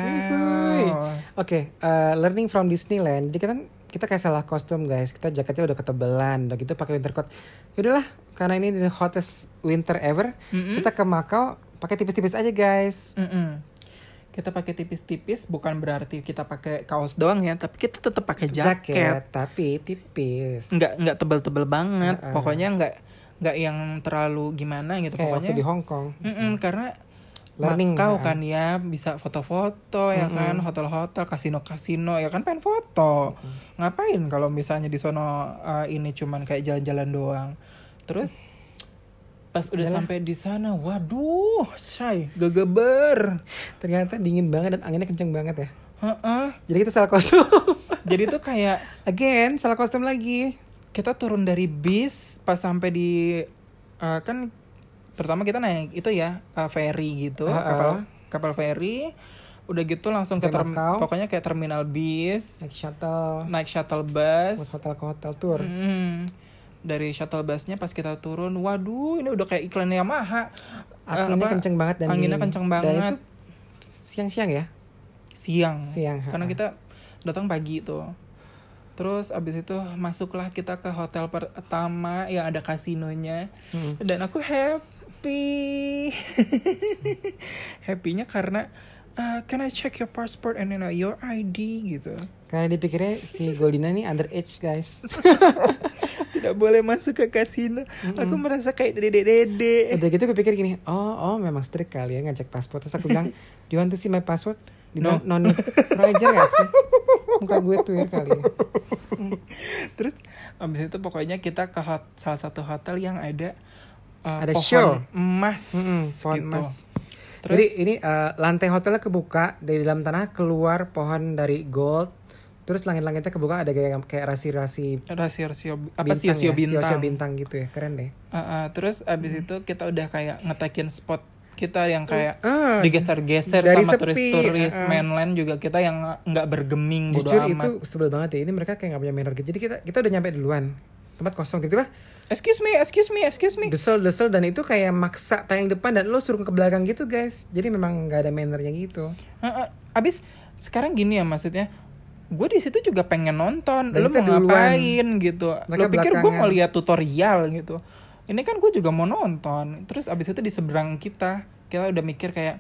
Yuhuy.
Makau
Oke, eh, learning from Disneyland. Jadi kita kita kayak salah kostum guys. Kita jaketnya udah ketebelan, udah gitu pakai winter coat. Yaudahlah, karena ini the hottest winter ever.
Mm-mm.
Kita ke Makau pakai tipis-tipis aja guys.
Mm-mm. Kita pakai tipis-tipis bukan berarti kita pakai kaos doang ya, tapi kita tetap pakai
Jaket,
jaket.
tapi tipis.
Nggak nggak tebel-tebel banget. Pokoknya nggak nggak yang terlalu gimana gitu.
Kayak
Pokoknya
waktu di Hong Kong.
Mm-mm, karena
Learning,
Makau
ha.
kan ya bisa foto-foto ya kan, hotel-hotel, kasino-kasino ya kan pengen foto. Ngapain kalau misalnya di sono uh, ini cuman kayak jalan-jalan doang. Terus pas udah sampai di sana, waduh, say, gegeber.
Ternyata dingin banget dan anginnya kenceng banget ya.
Heeh.
Jadi kita salah kostum.
Jadi tuh kayak
Again, salah kostum lagi.
kita turun dari bis pas sampai di eh, kan pertama kita naik itu ya eh, ferry gitu
Ah, ah.
kapal kapal ferry udah gitu langsung ke
Sampai
term-
Makau.
pokoknya kayak terminal bis
Naik shuttle,
naik shuttle
Iya. buat
bus
hotel ke hotel tour.
Mm. dari shuttle busnya pas kita turun waduh ini udah kayak iklan Yamaha Eh,
Anginnya
apa,
kenceng banget dan
anginnya
dingin.
kenceng
Dan
banget
itu siang-siang ya.
siang
Siang, ha.
karena kita datang pagi tuh terus abis itu masuklah kita ke hotel pertama yang ada kasinonya
Hmm.
dan aku happy happynya karena "Uh, can I check your passport and you know, your ID gitu
Karena dipikirnya si Goldina nih underage guys.
tidak boleh masuk ke kasino aku merasa kayak dede dede
Udah gitu gue pikir gini, oh oh memang strict kali ya ngecek paspor. Terus aku bilang, do you want to see my passport? Di no. no need. Roger gak sih? Muka gue tuh ya kali ya.
terus abis itu pokoknya kita ke hot- salah satu hotel yang ada uh,
Ada
pohon
show.
emas
Mm-mm, pohon
gitu.
emas.
Terus-
Jadi ini eh, lantai hotelnya kebuka dari dalam tanah keluar pohon dari gold. Terus langit-langitnya kebuka ada kayak kayak rasi-rasi
rasio rasio apa sih
bintang
rasio
ya,
bintang,
sio-sio bintang Hmm. gitu ya. Keren deh.
Uh, uh, terus abis itu kita udah kayak ngetakin spot kita yang kayak
Ah,
digeser-geser
dari
sama
sepi,
turis-turis
uh-uh.
mainland juga kita yang nggak bergeming bodo
Jujur itu
amat.
sebel banget ya. Ini mereka kayak gak punya manner gitu. Jadi kita kita udah nyampe duluan. Tempat kosong gitu tiba-tiba
Excuse me, excuse me, excuse me.
desel-desel dan itu kayak maksa paling depan dan lo suruh ke belakang gitu guys. Jadi memang gak ada mannernya gitu.
Uh-uh. Abis sekarang gini ya maksudnya, gue di situ juga pengen nonton.
Dan
Lo
kita
mau
duluan.
ngapain gitu? Lo
Mereka
pikir gue mau
belakangan.
lihat tutorial gitu? Ini kan gue juga mau nonton. Terus abis itu di seberang kita, kita udah mikir kayak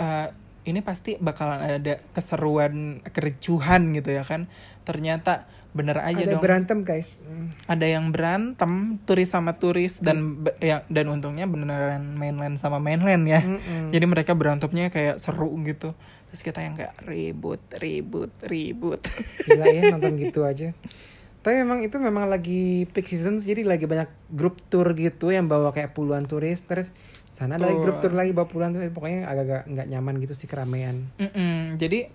eh, ini pasti bakalan ada keseruan, kericuhan gitu ya kan? Ternyata bener aja
ada
dong.
berantem guys. Hmm.
ada yang berantem turis sama turis dan be- ya dan untungnya beneran mainland sama mainland ya
Mm-mm.
jadi mereka berantemnya kayak seru gitu terus kita yang kayak ribut ribut ribut
Gila ya nonton gitu aja. Tapi memang itu memang lagi peak season jadi lagi banyak grup tour gitu yang bawa kayak puluhan turis terus sana ada lagi grup tour lagi bawa puluhan turis pokoknya agak-agak nggak nyaman gitu sih keramaian.
Mm-mm. jadi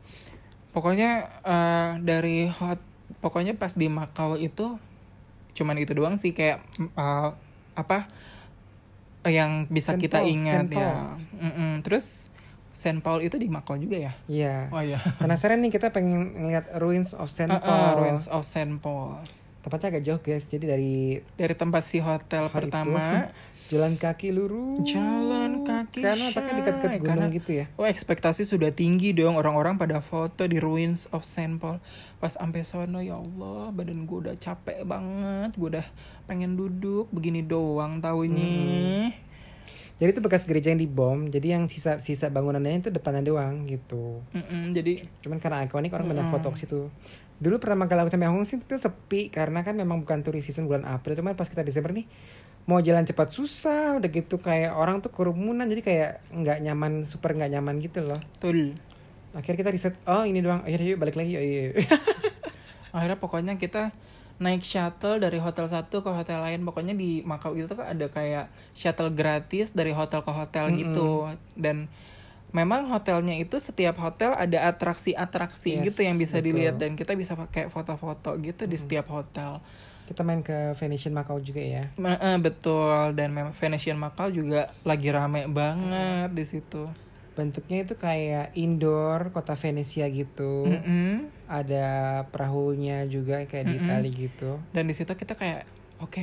pokoknya eh, dari hot pokoknya pas di Makau itu cuman itu doang sih kayak mm, eh, apa eh, yang bisa
Saint
kita
Paul,
ingat
Saint
ya Mm-mm. terus Saint Paul itu di Makau juga ya
Iya.
oh iya
Penasaran nih kita pengen ngeliat ruins of Saint
Uh, uh,
Paul.
Ruins of Saint Paul.
Tempatnya agak jauh guys jadi dari
Dari tempat si hotel
Hari
pertama,
itu, jalan kaki lurus
Jalan kaki,
karena letaknya di dekat
Shay.
gunung
Karena-
gitu ya
oh ekspektasi sudah tinggi dong orang-orang pada foto di Ruins of Saint Paul. Pas sampai sono ya Allah, badan gue udah capek banget, gue udah pengen duduk begini doang taunya.
jadi itu bekas gereja yang dibom jadi yang sisa sisa bangunannya itu depannya doang gitu
Mm-mm, jadi
cuman karena ikonik orang banyak foto ke situ dulu pertama kali aku sampai Hong Kong sih itu sepi karena kan memang bukan turis season bulan April cuman pas kita Desember nih mau jalan cepat susah udah gitu kayak orang tuh kerumunan jadi kayak nggak nyaman super nggak nyaman gitu loh
betul.
akhirnya kita riset oh ini doang akhirnya yuk balik lagi oh, iya.
Akhirnya pokoknya kita naik shuttle dari hotel satu ke hotel lain. Pokoknya di Makau itu tuh ada kayak shuttle gratis dari hotel ke hotel gitu. Dan memang hotelnya itu setiap hotel ada atraksi-atraksi
Yes,
gitu yang bisa
betul.
dilihat dan kita bisa pakai foto-foto gitu di setiap hotel.
kita main ke Venetian Macau juga ya
Ma- eh, betul dan memang Venetian Makau juga lagi rame banget di situ.
bentuknya itu kayak indoor kota Venesia gitu
Mm-mm.
ada perahunya juga kayak di Itali gitu
dan di situ kita kayak oke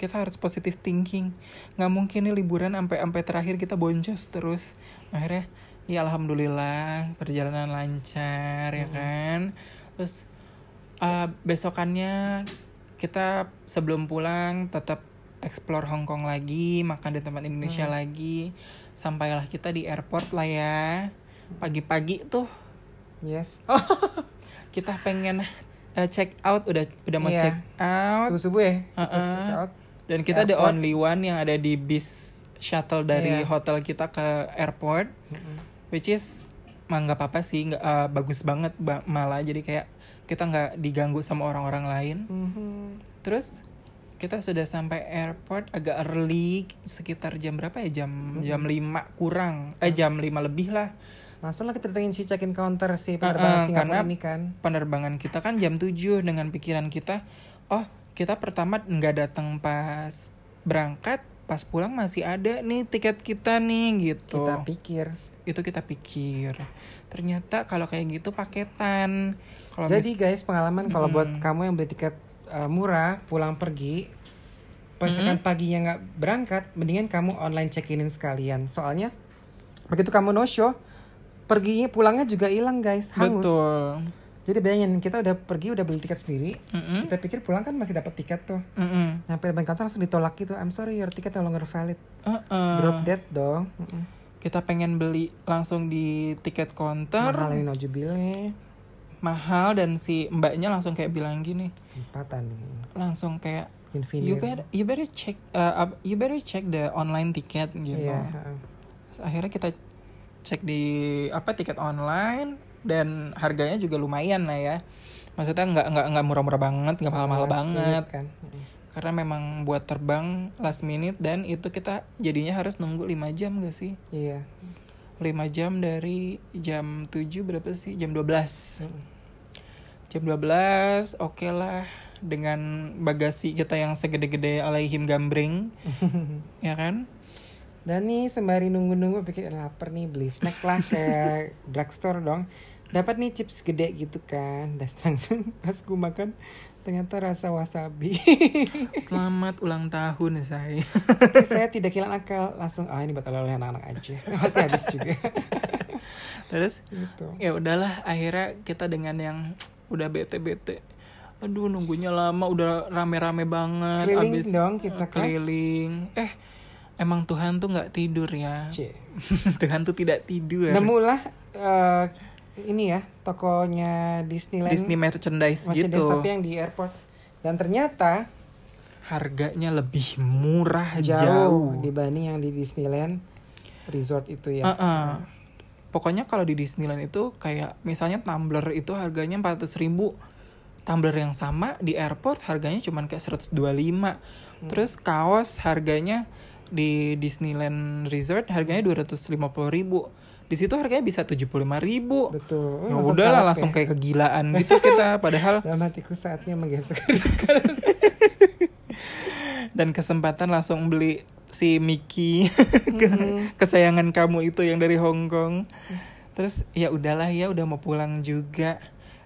kita harus positive thinking nggak mungkin nih liburan sampai sampai terakhir kita boncos terus akhirnya ya alhamdulillah perjalanan lancar ya kan terus uh, besokannya kita sebelum pulang tetap explore Hong Kong lagi makan di tempat Indonesia lagi sampailah kita di airport lah ya pagi-pagi tuh
yes
kita pengen uh, check out udah udah mau
Iya.
check out
subuh subuh ya kita
Uh-uh.
check out.
Dan kita the
Airport.
only one yang ada di bis shuttle dari
Iya.
hotel kita ke airport, which is mah nggak apa-apa sih, nggak eh, bagus banget ba- malah jadi kayak kita nggak diganggu sama orang-orang lain.
Mhm.
Terus kita sudah sampai airport agak early sekitar jam berapa ya
Hmm.
jam jam 5 kurang eh jam 5 lebih lah
langsung lah kita datengin si check in counter si penerbangan
Uh-uh,
Singapura
karena-
ini kan
penerbangan kita kan jam 7 dengan pikiran kita oh kita pertama nggak datang pas berangkat pas pulang masih ada nih tiket kita nih gitu
kita pikir
itu kita pikir ternyata kalau kayak gitu paketan kalau
jadi guys pengalaman kalau buat kamu yang beli tiket uh, murah pulang pergi pastikan paginya nggak berangkat mendingan kamu online check in sekalian soalnya begitu kamu no show perginya pulangnya juga hilang guys
mis-
hangus
betul
Jadi bayangin kita udah pergi udah beli tiket sendiri,
Mm-mm.
kita pikir pulang kan masih dapat tiket tuh.
Mm-mm.
Nyampe depan kantor langsung ditolak gitu. I'm sorry your ticket no longer valid.
Uh-uh.
Drop dead dong. Mm-mm.
kita pengen beli langsung di tiket counter mahal,
mahal ini nojubilnya
dan si mbaknya langsung kayak bilang gini
kesempatan nih
langsung kayak you
infinite
better you better check uh, up- you better check the online ticket gitu
Iya, heeh.
Terus akhirnya kita cek di apa tiket online dan harganya juga lumayan lah ya maksudnya nggak nggak nggak murah-murah banget nggak mahal-mahal
Last
banget
minute kan. Heeh.
karena memang buat terbang last minute dan itu kita jadinya harus nunggu 5 jam gak sih
Iya.
5 jam dari jam 7 berapa sih jam 12 jam 12 oke lah dengan bagasi kita yang segede-gede alaihim gambring ya kan
Dan nih sembari nunggu-nunggu pikir "Eh, lapar nih beli snack lah ke drugstore dong. Dapat nih chips gede gitu kan. Dan langsung pas gue makan ternyata rasa wasabi.
selamat ulang tahun saya
Saya tidak kehilangan akal langsung ah ini buat oleh anak-anak aja. Pasti habis juga.
terus
gitu.
ya udahlah akhirnya kita dengan yang udah bete bete aduh nunggunya lama udah rame-rame banget
Keliling
abis
dong kita kan.
keliling eh emang Tuhan tuh nggak tidur ya
C.
Tuhan tuh tidak tidur
Nemulah eh, ini ya tokonya Disneyland.
Disney merchandise
merchandise
gitu
tapi yang di airport. Dan ternyata
harganya lebih murah
jauh,
jauh,
dibanding yang di Disneyland Resort itu ya.
Heeh. pokoknya kalau di Disneyland itu kayak misalnya tumbler itu harganya 400.000 ribu tumbler yang sama di airport harganya cuman kayak 125
Hmm.
terus kaos harganya di Disneyland Resort harganya 250.000 ribu di situ harganya bisa 75.000 ribu
Betul.
ya udahlah langsung
kalah
kayak kegilaan gitu kita
ya.
padahal
Dalam hatiku saatnya menggesek.
dan kesempatan langsung beli si Mickey ke- kesayangan kamu itu yang dari Hong Kong. Terus ya udahlah ya udah mau pulang juga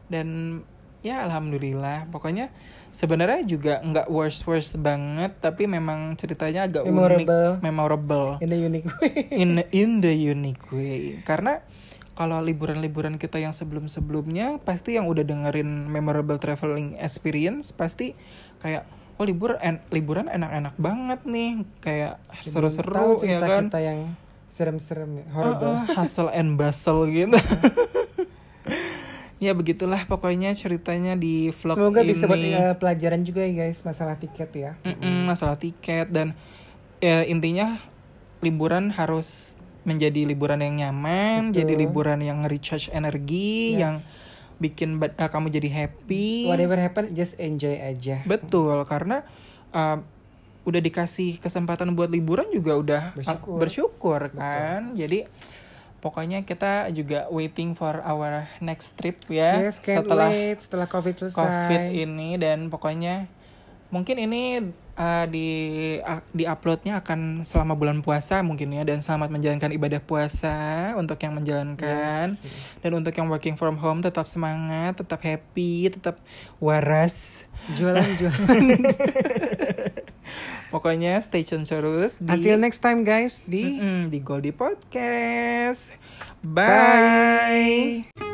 dan ya alhamdulillah pokoknya sebenarnya juga nggak worst worst banget tapi memang ceritanya agak
Memorable.
unik memorable
In the unique way.
in in the unique way karena kalau liburan-liburan kita yang sebelum-sebelumnya pasti yang udah dengerin memorable traveling experience pasti kayak oh libur en- liburan enak-enak banget nih kayak
Tahu
seru-seru ya
cerita
kan Ah,
kita yang serem-serem ya. Horrible.
Heeh, hustle and bustle gitu ya begitulah pokoknya ceritanya di vlog
Semoga
ini Hmm.
bisa buat eh, pelajaran juga ya guys masalah tiket ya.
Mm-mm, masalah tiket dan ya, intinya liburan harus menjadi liburan yang nyaman, jadi liburan yang recharge energi, yang bikin bad- eh, kamu jadi happy.
Whatever happen just enjoy aja.
Betul, karena um, udah dikasih kesempatan buat liburan juga udah ah,
Bersyukur.
bersyukur, kan. Jadi pokoknya kita juga waiting for our next trip ya
Yes, can't
setelah
wait setelah Covid selesai.
COVID iya. ini dan pokoknya mungkin ini uh, di uh, di uploadnya akan selama bulan puasa mungkin ya dan selamat menjalankan ibadah puasa untuk yang menjalankan dan untuk yang working from home tetap semangat tetap happy tetap waras
Jualan jualan.
pokoknya stay tune terus
Until
di mm,
next time guys di
Mm-mm, di Goldie Podcast
Bye.
bye.